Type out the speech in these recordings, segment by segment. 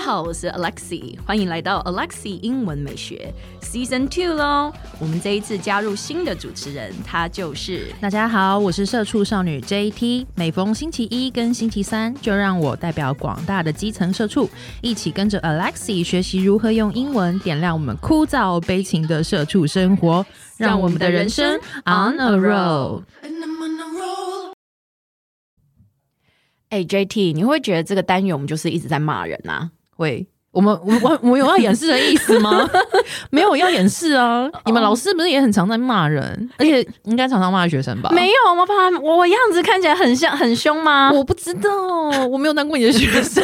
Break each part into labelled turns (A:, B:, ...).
A: 好，我是 Alexi，欢迎来到 Alexi 英文美学 Season Two 喽。我们这一次加入新的主持人，他就是
B: 大家好，我是社畜少女 JT。每逢星期一跟星期三，就让我代表广大的基层社畜，一起跟着 Alexi 学习如何用英文点亮我们枯燥悲情的社畜生活，让我们的人生 on a roll。
C: And I'm on a roll.
A: 哎、JT，你会觉得这个单元我们就是一直在骂人啊？
B: 喂，我们我我我有要掩饰的意思 吗？没有要掩饰啊！你们老师不是也很常在骂人，而且应该常常骂学生吧？
A: 没有，我怕我我样子看起来很像很凶吗？
B: 我不知道，啊 我没有当过你的学生。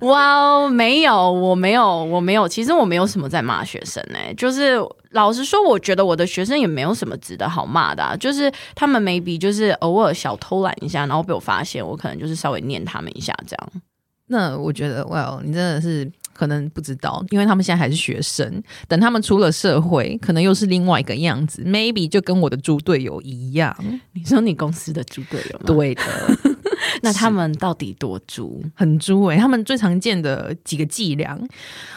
A: 哇哦，没有，我没有，我没有。其实我没有什么在骂学生哎、就是老实说，我觉得我的学生也没有什么值得好骂的、啊，就是他们 maybe 就是偶尔小偷懒一下，然后被我发现，我可能就是稍微念他们一下这样。
B: 那我觉得，Well，你真的是可能不知道，因为他们现在还是学生，等他们出了社会，可能又是另外一个样子，maybe 就跟我的猪队友一样。
A: 你说你公司的猪队友吗？，
B: 对的，
A: 那他们到底多 猪？
B: 很猪欸诶、他们最常见的几个伎俩，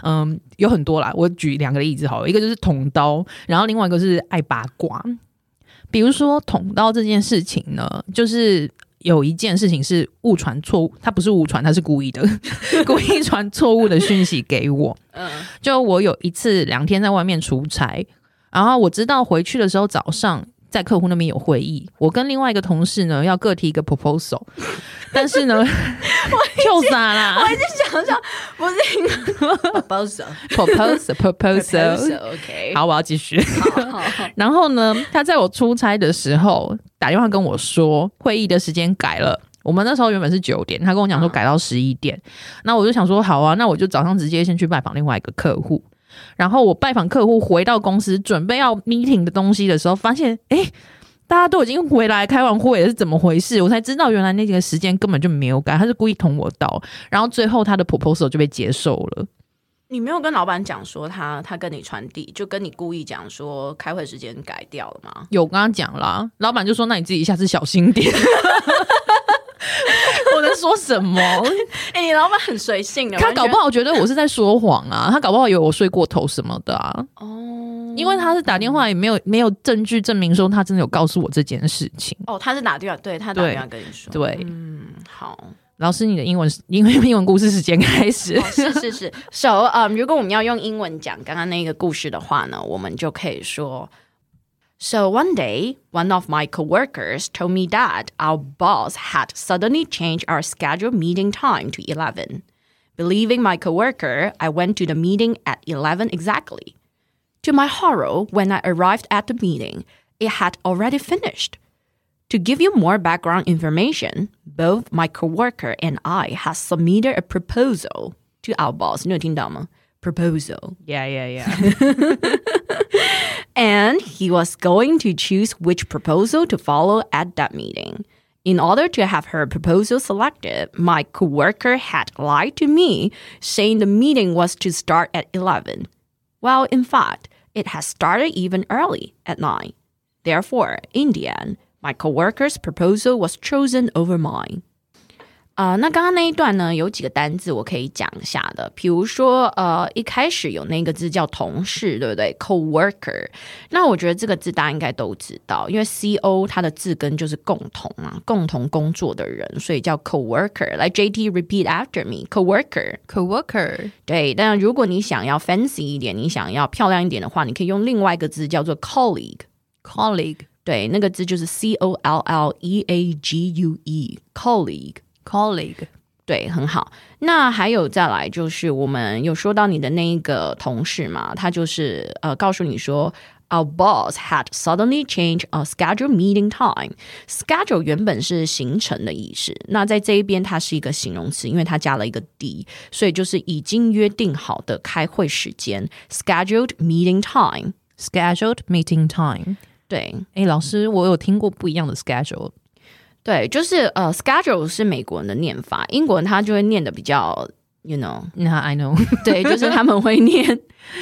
B: 嗯，有很多啦。我举两个例子好了，一个就是捅刀，然后另外一个是爱八卦。比如说捅刀这件事情呢，就是有一件事情是误传错误，他不是误传，他是故意的， 故意传错误的讯息给我。
A: 嗯，
B: 就我有一次两天在外面出差，然后我知道回去的时候早上在客户那边有会议，我跟另外一个同事呢要各提一个 proposal，但是呢， 就咋啦
A: 想想不是应该哦保 守
B: ，proposal proposal，
A: OK，
B: 好，我要继续。
A: 好，好好，
B: 然后呢，他在我出差的时候打电话跟我说，会议的时间改了。我们那时候原本是九点，他跟我讲说
A: 嗯
B: 改到十一点。那、我就想说，好啊，那我就早上直接先去拜访另外一个客户。然后我拜访客户回到公司，准备要 meeting 的东西的时候，发现哎，诶大家都已经回来开完会了，是怎么回事？我才知道原来那个时间根本就没有改，他是故意捅我刀。然后最后他的 proposal 就被接受了。
A: 你没有跟老板讲说他他跟你传递，就跟你故意讲说开会时间改掉了吗？
B: 有跟他讲啦，老板就说：“那你自己下次小心点。” 我能说什 么？
A: 哎、你老板很随性的，
B: 他搞不好觉得我是在说谎啊，他搞不好以为我睡过头什么的啊，
A: 好哦，
B: 因为他是打电话也没有没有证据证明说他真的有告诉我这件事情。
A: 哦，他是打电话，对他打
B: 对
A: 电话跟你说，
B: 对
A: 嗯，好，
B: 老师，你的英文因为英文故事时间开始
A: 哦、，是是是，so 嗯、如果我们要用英文讲刚刚那个故事的话呢，我们就可以说，So one day, one of my coworkers told me that our boss had suddenly changed our scheduled meeting time to eleven. Believing my coworker, I went to the meeting at eleven exactly. To my horror, when I arrived at the meeting, it had already finished. To give you more background information, both my coworker and I have submitted a proposal to our boss. 你有听到吗? Proposal.
B: yeah yeah yeah。
A: And he was going to choose which proposal to follow at that meeting. In order to have her proposal selected, my coworker had lied to me, saying the meeting was to start at 11. Well, in fact, it had started even early at 9. Therefore, in the end, my coworker's proposal was chosen over mine. 啊、那刚刚那一段呢，有几个单字我可以讲一下的，比如说，呃，一开始有那个字叫同事，对不对？coworker，那我觉得这个字大家应该都知道，因为 c o 它的字根就是共同嘛，共同工作的人，所以叫 coworker。来，J T repeat after me，coworker。
B: Coworker
A: 对，但如果你想要 fancy 一点，你想要漂亮一点的话，你可以用另外一个字叫做 colleague。
B: colleague
A: 对，那个字就是 c o l l e a g u e colleague。
B: colleague
A: 对，很好。那还有再来就是，我们有说到你的那一个同事嘛，他就是呃告诉你说，our boss had suddenly changed our schedule meeting time。schedule 原本是行程的意思，那在这一边它是一个形容词，因为它加了一个 d，所以就是已经约定好的开会时间 scheduled meeting time。
B: scheduled meeting time。
A: 对，
B: 哎、老师，我有听过不一样的 schedule。
A: 对，就是呃，schedule 是美国人的念法，英国人他就会念的比较，you know，
B: 那 I know
A: 对，就是他们会 念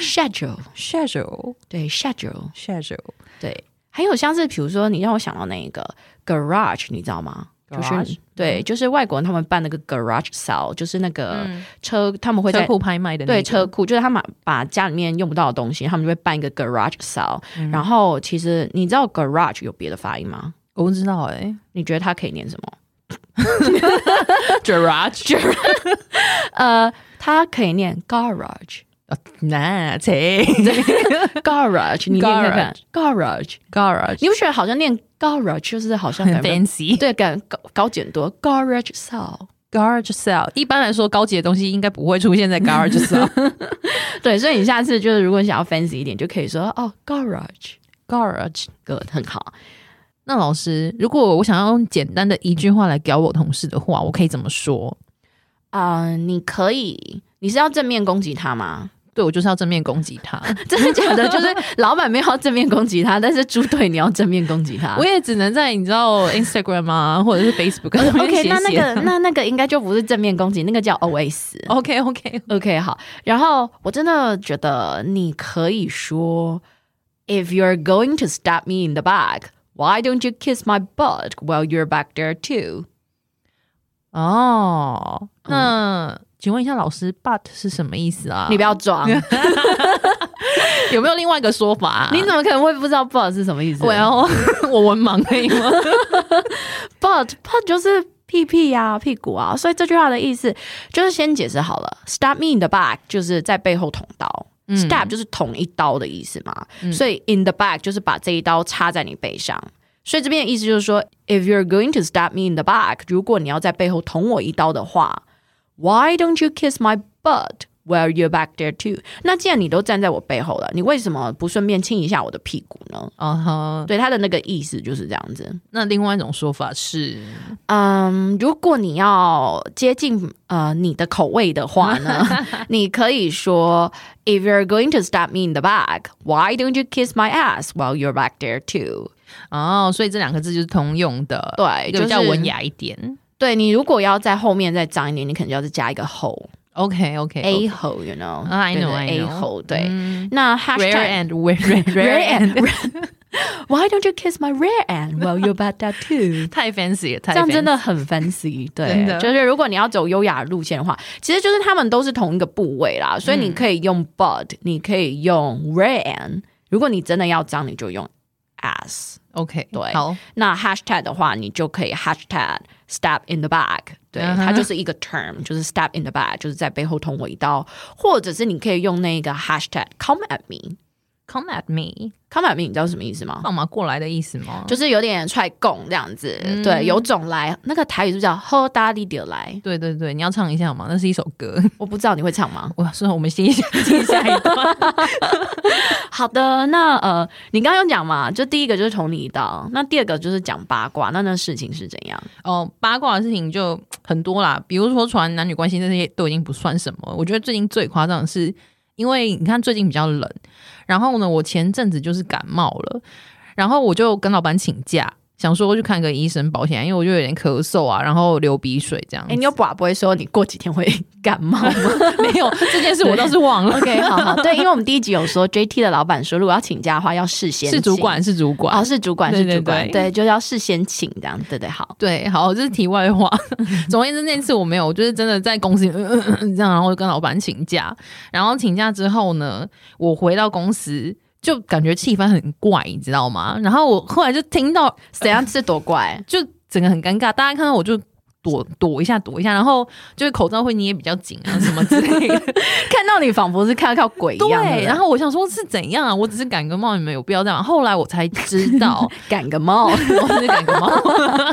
A: schedule，
B: schedule
A: 对 schedule，
B: schedule
A: 对。还有像是比如说，你让我想到那一个 garage，你知道吗
B: garage
A: 就是
B: Garage
A: 对，就是外国人他们办那个 garage sale，就是那个嗯车，他们会在
B: 车库拍卖的那
A: 对
B: 个
A: 车库，就是他们把家里面用不到的东西，他们就会办一个 garage sale、然后其实你知道 garage 有别的发音吗？
B: 我不知道哎
A: 你觉得它可以念什么？
B: ，garage
A: 呃，它可以念 garage
B: 啊那切
A: garage，你念看看 garage，
B: garage
A: 你不觉得好像念 garage 就是好像
B: 很
A: 感觉
B: fancy
A: 对，感高高简多 garage sale。
B: garage sale 一般来说高级的东西应该不会出现在 garage sale
A: 对，所以你下次就是如果你想要 fancy 一点，就可以说哦 garage
B: garage。
A: good 很好。
B: 那老师，如果我想要用简单的一句话来屌我同事的话，我可以怎么说？
A: 啊、你可以，你是要正面攻击他吗？
B: 对我就是要正面攻击 他，
A: 真的假的？就是老板没有要正面攻击他，但是猪队你要正面攻击他。
B: 我也只能在你知道 Instagram 啊， 或者是 Facebook 上面
A: OK，
B: 写
A: 那那
B: 写
A: 个那那个应该就不是正面攻击，那个叫 OS。
B: OK OK，
A: OK，好。然后我真的觉得你可以说，If you're going to stab me in the back, why don't you kiss my butt while you're back there too？
B: 哦，那、请问一下老师，but 是什么意思啊？
A: 你不要装， 你
B: 有没有另外一个说法、啊？
A: 怎么可能会不知道 butt 是什么意思
B: Well，我 文盲可以吗？
A: butt butt 就是屁屁呀、屁股啊，所以这句话的意思就是先解释好了，stab me in the back 就是在背后捅刀。stab 就是捅一刀的意思嘛，所以 in the back 就是把这一刀插在你背上。所以这边的意思就是说，if you're going to stab me in the back，如果你要在背后捅我一刀的话，why don't you kiss my butt while you're back there too？那既然你都站在我背后了，你为什么不顺便亲一下我的屁股呢？
B: 哦哈，
A: 对，他的那个意思就是这样子。
B: 那另外一种说法是，
A: 嗯，如果你要接近呃你的口味的话 呢，你可以说 If you're going to stab me in the back, why don't you kiss my ass while you're back there too？
B: 哦，所以这两个字就是通用的，
A: 对
B: 一个比较
A: 就是
B: 文雅一点。
A: 对你如果要在后面再长一点，你可能就要再加一个 hole
B: OK OK
A: a hole，you know？
B: 啊，I
A: 对
B: know
A: 对
B: I
A: a
B: know
A: hole 对。那
B: rare
A: hashtag
B: and rare
A: rare
B: rare and
A: and why don't you kiss my rare and while you're back there too？
B: 太 fancy 了，太
A: 这样
B: fancy
A: 真的很 fancy，对
B: 真，的
A: 就是如果你要走优雅路线的话，其实就是他们都是同一个部位
B: 嗯
A: 啦，所以你可以用 butt，、你可以用 ran，如果你真的要脏，你就用 ass。
B: OK
A: 对
B: 好。
A: 那 hashtag 的话，你就可以 hashtag stab in the back，对
B: 嗯哼
A: 它就是一个 term，就是 stab in the back，就是在背后捅我一刀，或者是你可以用那个 hashtag come at me，come
B: Come at me，
A: at me，你知道什么意思吗？
B: 干嘛过来的意思吗？
A: 就是有点踹供这样子，
B: 嗯
A: 对，有种来，那个台语是不是叫喝大力点来？
B: 对对对，你要唱一下吗？那是一首歌。
A: 我不知道你会唱吗？
B: 哇，是我们先下接下一段。
A: 好的，那呃，你刚刚有讲嘛，就第一个就是捅你一刀，那第二个就是讲八卦，那那事情是怎样？
B: 哦，八卦的事情就很多啦，比如说传男女关系这些都已经不算什么。我觉得最近最夸张的是，因为你看最近比较冷，然后呢，我前阵子就是感冒了，然后我就跟老板请假，想说去看个医生保险，因为我就有点咳嗽啊，然后流鼻水这样
A: 哎、
B: 子。
A: 你有把不会说你过几天会 感冒吗
B: 没有这件事我倒是忘了，
A: ？OK，好 好，对，因为我们第一集有说 JT 的老板说，如果要请假的话，要事先
B: 是主
A: 请
B: 管是主管。
A: 哦，是主管，
B: 对
A: 是
B: 对
A: 主管，
B: 对
A: 对，就要事先请这样，对对好。
B: 对，好，这是题外话。 总而言之，那次我没有，我就是真的在公司、嗯嗯嗯嗯这样，然后我就跟老板请假。然后请假之后呢，我回到公司就感觉气氛很怪，你知道吗？然后我后来就听到，
A: 怎样是多怪？
B: 就整个很尴尬，大家看到我就。躲躲一下，躲一下，然后就是口罩会捏比较紧啊，什么之类的。
A: 看到你仿佛是看到鬼一样的人，
B: 对，然后我想说是怎样啊？我只是感个冒，你们有必要这样？后来我才知道，
A: 感个冒，
B: 我只是感个冒。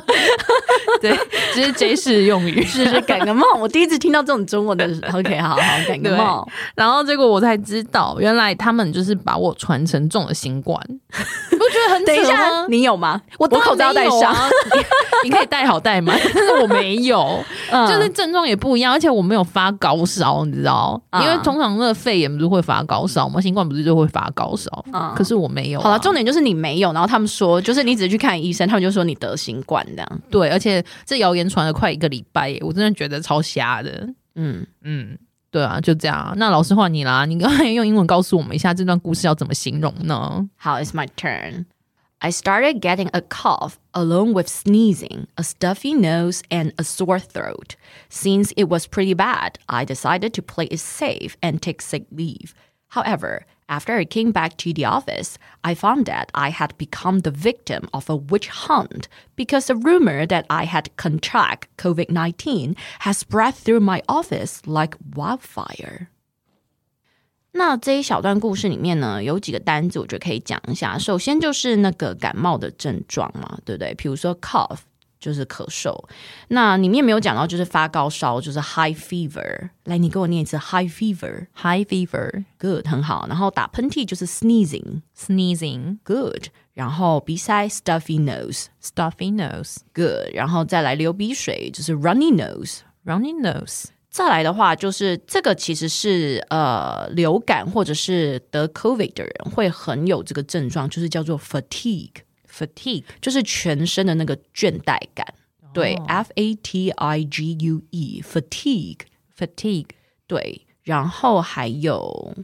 B: 对，这是 J 式用语，
A: 是是感个 冒。我第一次听到这种中文的，OK，好好感个
B: 对
A: 冒。
B: 然后结果我才知道，原来他们就是把我传承中了 新冠，不觉得很
A: 等一
B: 扯
A: 下，
B: 吗？
A: 你有吗？我
B: 当然
A: 口罩戴
B: 没有
A: 上，
B: 啊， 你你可以戴好戴 满，但是我没有，
A: 嗯
B: 就是症状也不一样，而且我没有发高烧，你知道？
A: 嗯
B: 因为通常那个肺炎不是会发高烧吗？新冠不是就会发高烧？
A: 嗯
B: 可是我没有啊、
A: 好了，重点就是你没有，然后他们说，就是你只是去看医生，他们就说你得新冠这样。
B: 对，而且这谣言传了快一个礼拜耶，我真的觉得超瞎的。
A: 嗯，
B: 嗯，对啊，就这样啊。那老师换你啦，你刚才用英文告诉我们一下这段故事要怎么形容呢？
A: 好，It's my turn。 I started getting a cough along with sneezing, a stuffy nose, and a sore throat. Since it was pretty bad, I decided to play it safe and take sick leave. However, after I came back to the office, I found that I had become the victim of a witch hunt because the rumor that I had contract COVID 19 has spread through my office like wildfire. 那这一小段故事里面呢，有几个单字我觉得可以讲一下。首先就是那个感冒的症状嘛，对不对？比如说 cough 就是咳嗽，那里面没有讲到就是发高烧，就是 high fever。来，你给我念一次 high fever。
B: high fever,
A: Good，很好。然后打喷嚏就是 sneezing。
B: sneezing,
A: Good，然后鼻塞 stuffy nose。
B: stuffy nose,
A: Good，然后再来流鼻水就是 runny nose。
B: runny nose,
A: 再来的话，就是这个其实是呃流感或者是得 COVID 的人会很有这个症状，就是叫做 fatigue，
B: fatigue,
A: 就是全身的那个倦怠感。对、f A T I G U E fatigue，
B: fatigue,
A: 对，然后还有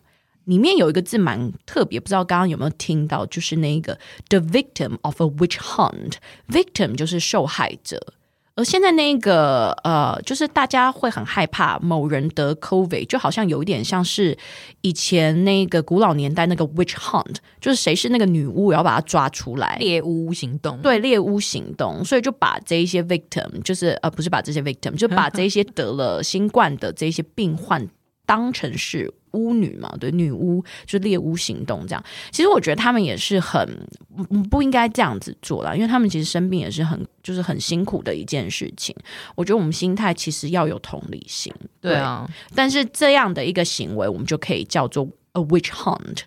A: 里面有一个字蛮特别，不知道刚刚有没有听到，就是那个 the victim of a witch hunt，victim 就是受害者。而现在那个呃，就是大家会很害怕某人得 COVID，就好像有一点像是以前那个古老年代那个 witch hunt，就是谁是那个女巫，然后把她抓出来，
B: 猎巫行动，
A: 对猎巫行动，所以就把这一些 victim，就是呃不是把这些 victim，就把这一些得了新冠的这一些病患当成是巫女嘛，对女巫就猎巫行动这样。其实我觉得他们也是很嗯不应该这样子做啦，因为他们其实生病也是很就是很辛苦的一件事情。我觉得我们心态其实要有同理心，
B: 对啊
A: 但是这样的一个行为，我们就可以叫做 a witch hunt。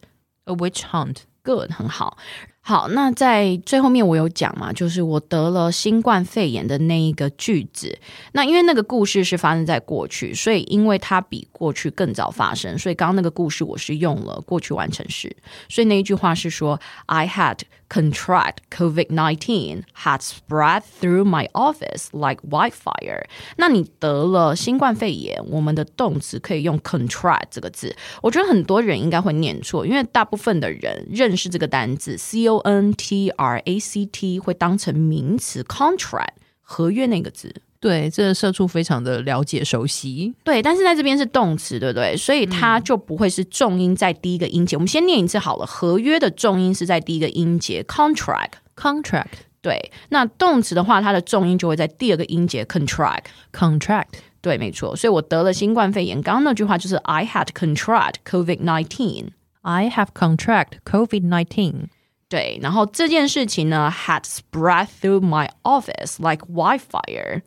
B: ，a witch hunt,
A: good 很好。好，那在最后面我有讲嘛，就是我得了新冠肺炎的那一个句子。那因为那个故事是发生在过去，所以因为它比过去更早发生，所以刚刚那个故事我是用了过去完成时。所以那一句话是说，I had contract COVID nineteen had spread through my office like wildfire。那你得了新冠肺炎，我们的动词可以用 contract 这个字。我觉得很多人应该会念错，因为大部分的人认识这个单字 C O N T R A C T 会当成名词 contract 合约那个字。
B: 对，这个社畜非常的了解熟悉，
A: 对，但是在这边是动词，对不对？所以它就不会是重音在第一个音节。我们先念一次好了，合约的重音是在第一个音节 contract。
B: contract,
A: 对，那动词的话，它的重音就会在第二个音节 contract。
B: contract,
A: 对，没错。所以我得了新冠肺炎。刚刚那句话就是 I had contract COVID nineteen。
B: I have contract COVID nineteen,
A: 对，然后这件事情呢，had spread through my office like wildfire。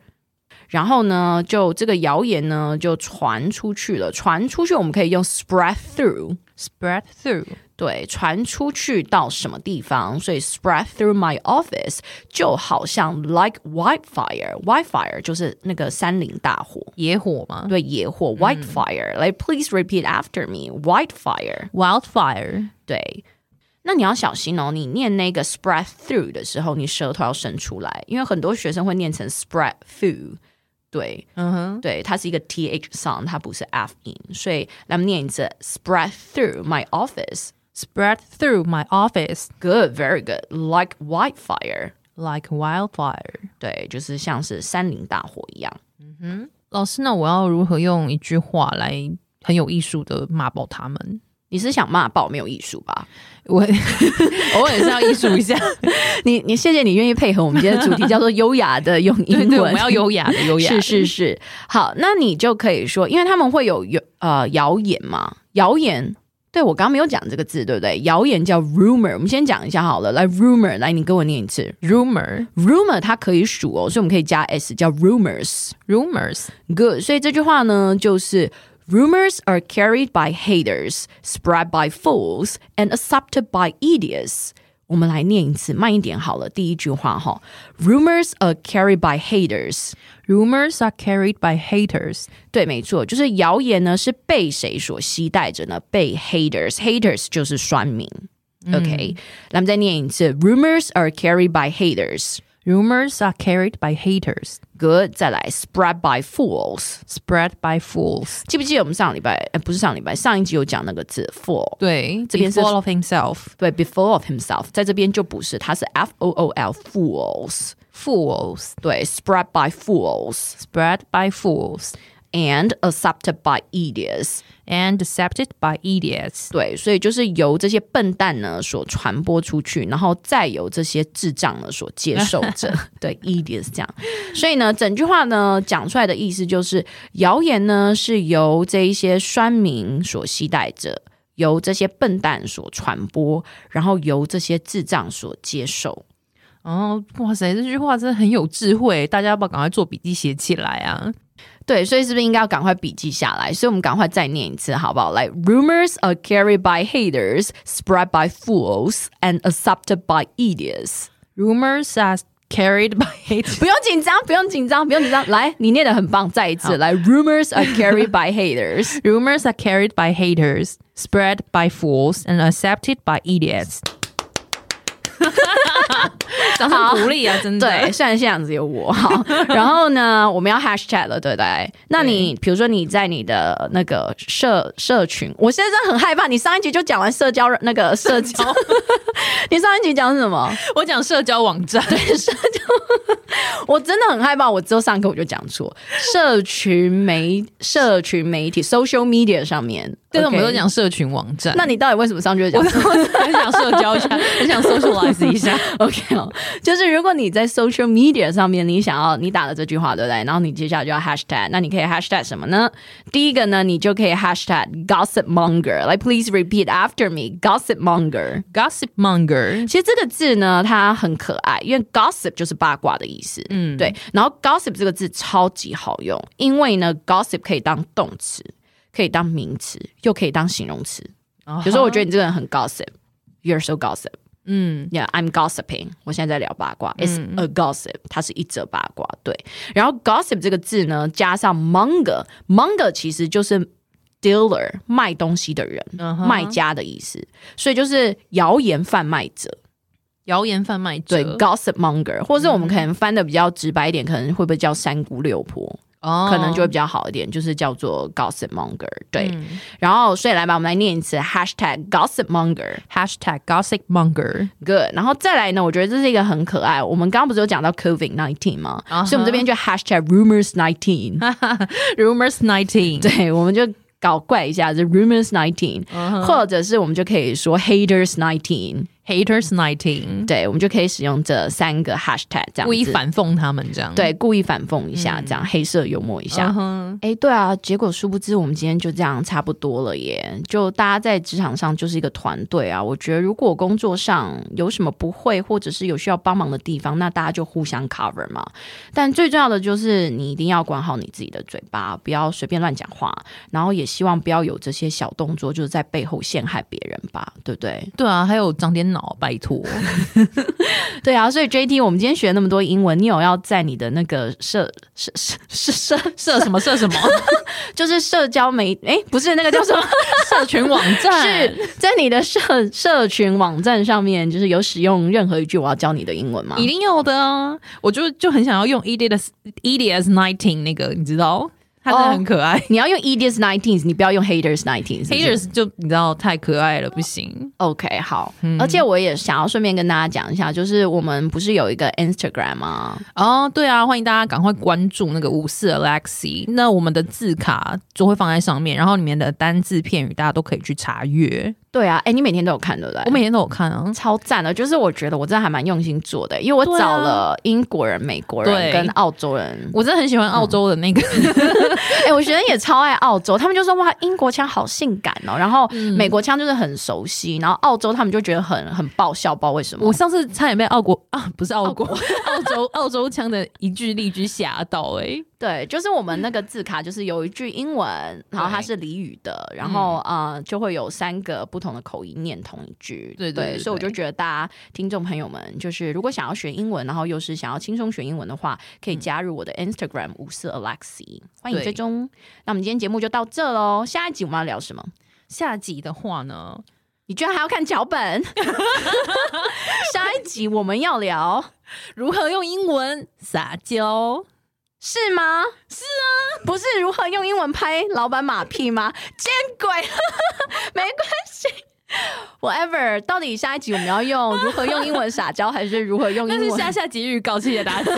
A: 然后呢，就这个谣言呢就传出去了。传出去我们可以用 spread through，
B: spread through,
A: 对，传出去到什么地方？所以 spread through my office 就好像 like wildfire，wildfire 就是那个山林大火，
B: 野火嘛
A: 对，野火 wildfire、来，please repeat after me，wildfire。
B: ，wildfire,
A: 对，那你要小心哦。你念那个 spread through 的时候，你舌头要伸出来，因为很多学生会念成 spread through。对，
B: 嗯哼
A: 对，它是一个 t h sound，它不是 f 音，所以来我们念一次 spread through my office。
B: ，spread through my office
A: Good, very good. Like wildfire，
B: like wildfire。
A: 对，就是像是山林大火一样。
B: 老师，那我要如何用一句话来很有艺术的骂爆他们？
A: 你是想骂爆没有艺术吧？
B: 我 偶尔是要艺术一下，
A: 你你谢谢你愿意配合我们今天的主 题，叫做优雅的用英文。
B: 对 对，我们要优雅的优雅的嗯
A: 是是是，好，那你就可以说，因为他们会有有呃谣言嘛，谣言。对我刚刚没有讲这个字，对不对？谣言叫 rumor，我们先讲一下好了。来，rumor，来，你跟我念一次
B: rumor
A: rumor，它可以数哦，所以我们可以加 s，叫 rumors。
B: rumors
A: Good，所以这句话呢，就是。Rumors are carried by haters, spread by fools, and accepted by idiots. 我们来念一次，慢一点好了。第一句话哈，Rumors are carried by haters.
B: rumors are carried by haters
A: 对，没错，就是谣言呢是被谁所携带着呢？被 haters，haters 就是酸民。OK，那我们再念一次，rumors are carried by haters。
B: Rumors are carried by haters,
A: good，再来 spread by fools。
B: spread by fools.
A: 记不记得我们上礼拜？呃，不是上礼拜，上一集有讲那个字 fool。
B: 对，这边是
A: Before
B: full of himself
A: 对，before of himself，在这边就不是，它是 f o o l fools。
B: fools
A: 对，spread by fools
B: spread by fools
A: and accepted by idiots。
B: and accepted by idiots.
A: 对，所以就是由这些笨蛋呢所传播出去，然后再由这些智障呢所接受着。对，idiots 这样。所以呢，整句话呢讲出来的意思就是，谣言呢是由这一些酸民所携带着。由这些笨蛋所传播，然后由这些智障所接受。
B: 哦，哇塞，这句话真的很有智慧，大家要不要赶快做笔记写起来啊？
A: 对，所以是不是应该要赶快笔记下来？所以我们赶快再念一次，好不好？来，rumors are carried by haters, spread by fools, and accepted by idiots。
B: rumors are carried by haters.
A: 不用紧张，不用紧张，不用紧张。 来，你念的很棒，再一次来。Rumors are carried by haters。
B: Rumors are carried by haters, spread by fools, and accepted by idiots. 掌声鼓励啊！真的，
A: 对，虽然现场只有我，好， 然后呢，我们要 hashtag 了，对不对？那你比如说你在你的那个社社群，我现在真的很害怕。你上一集就讲完社交那个社交， 你上一集讲什么？
B: 我讲社交网站，
A: 我真的很害怕，我之后上课我就讲错。社群媒社群媒体 social media 上面，
B: 对，我们
A: OK
B: 都讲社群网 站。
A: 那你到底为什么上去会讲错？
B: 很想社交一下，很想 socialize 一 下。
A: OK 哦，就是如果你在 social media 上面，你想要你打了这句话，对不对？然后你接下来就要 hashtag，那你可以 hashtag 什么呢？第一个呢，你就可以 hashtag gossip monger。来，please repeat after me，gossip monger。
B: Gossip monger，
A: 其实这个字呢，它很可爱，因为 gossip 就是八卦的意思，嗯，对。然后 gossip 这个字超级好用，因为呢，gossip 可以当动词，可以当名词，又可以当形容词。有时候我觉得你这个人很 gossip，you're so gossip。嗯，Yeah，I'm 嗯 gossiping。我现在在聊八卦，It's a gossip，它是一则八卦。对，然后 gossip 这个字呢，加上 monger，monger 其实就是。dealer 卖东西的人卖家的意思，所以就是谣言贩卖者。
B: 谣言贩卖者，
A: 对
B: 嗯
A: gossip monger，或是我们可能翻的比较直白一点，可能会不会叫三姑六婆，
B: 哦
A: 可能就会比较好一点，就是叫做 gossip monger。对，
B: 嗯
A: 然后所以来吧，我们来念一次 hashtag gossip monger。
B: hashtag gossip monger。
A: good，然后再来呢，我觉得这是一个很可爱。我们刚刚不是有讲到 COVID nineteen 吗
B: 啊
A: 所以我们这边就 hashtag rumors nineteen，
B: Rumors nineteen，
A: 对，我们就。搞怪一下是 rumors nineteen，、或
B: 啊
A: 者是我们就可以说 haters nineteen，
B: haters nineteen，
A: 对，我们就可以使用这三个 hashtag 这样子。
B: 故意反讽他们这样。，嗯
A: 对，故意反讽一下，这样、黑色幽默一下。哎、对啊，结果殊不知我们今天就这样差不多了耶。就大家在职场上就是一个团队啊。我觉得如果工作上有什么不会，或者是有需要帮忙的地方，那大家就互相 cover 嘛。但最重要的就是你一定要管好你自己的嘴巴，不要随便乱讲话，然后也希望不要有这些小动作，就是在背后陷害别人吧，对不对？
B: 对啊，还有长点脑，拜托。
A: 对啊，所以 JT，我们今天学了那么多英文，你有要在你的那个社社社社社
B: 射什么射什么？
A: 就是社交媒，哎，不是那个叫 什么？
B: 社群网站
A: 是在你的社社群网站上面，就是有使用任何一句我要教你的英文吗
B: 一定有的啊！我就就很想要用 idiots idiots nineteen 那个，你知道，它真的很可爱。
A: 你要用 E idiots nineteen，你不要用 haters nineteen。
B: haters 就你知道太可爱了，不行。
A: OK 好，而且我也想要顺便跟大家讲一下，就是我们不是有一个 Instagram 吗？
B: 哦，对啊，欢迎大家赶快关注那个五四 Alexi，那我们的字卡就会放在上面，然后里面的单字片语大家都可以去查阅。
A: 对啊，哎，你每天都有看对不对？
B: 我每天都有看啊，
A: 超赞的，就是我觉得我真的还蛮用心做的，因为我
B: 对啊
A: 找了英国人、美国人
B: 对
A: 跟澳洲人，
B: 我真的很喜欢澳洲的那个，
A: 哎、我学生也超爱澳洲，他们就说哇，英国腔好性感哦，然后
B: 嗯
A: 美国腔就是很熟悉，然后澳洲他们就觉得很很爆笑，不知道为什么
B: 我。上次差点被澳国啊，不是澳国， 澳洲澳洲腔的一句例句吓到哎、欸
A: 对，就是我们那个字卡就是有一句英文，然后它是俚语的，
B: 嗯
A: 然后、呃就会有三个不同的口音念同一句。
B: 对对对对
A: 所以我就觉得大家听众朋友们，就是如果想要学英文，然后又是想要轻松学英文的话，可以加入我的 Instagram 五四 Alexi，欢迎
B: 嗯对
A: 追踪。那我们今天节目就到这喽，下一集我们要聊什么？
B: 下集的话呢，
A: 你居然还要看脚本？ 下一集我们要聊
B: 如何用英文撒娇？
A: 是吗？是啊，不是如何用英文拍老板马屁吗？见鬼， 没关系。Whatever，到底下一集我们要用如何用英文撒娇，还是如何用
B: 那
A: 英
B: 是
A: 文
B: 下？下集预告，谢谢大家。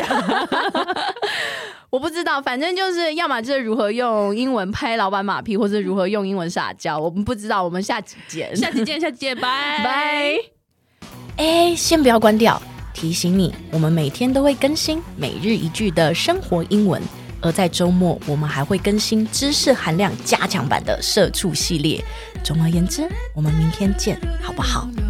A: 我不知道，反正就是要么就是如何用英文拍老板马屁，或是如何用英文撒娇。我们不知道，我们下集见，
B: 下集见，下集见，拜
A: 拜。哎，先不要关掉，提醒你，我们每天都会更新每日一句的生活英文，而在周末我们还会更新知识含量加强版的社畜系列。总而言之，我们明天见，好不好？
C: no,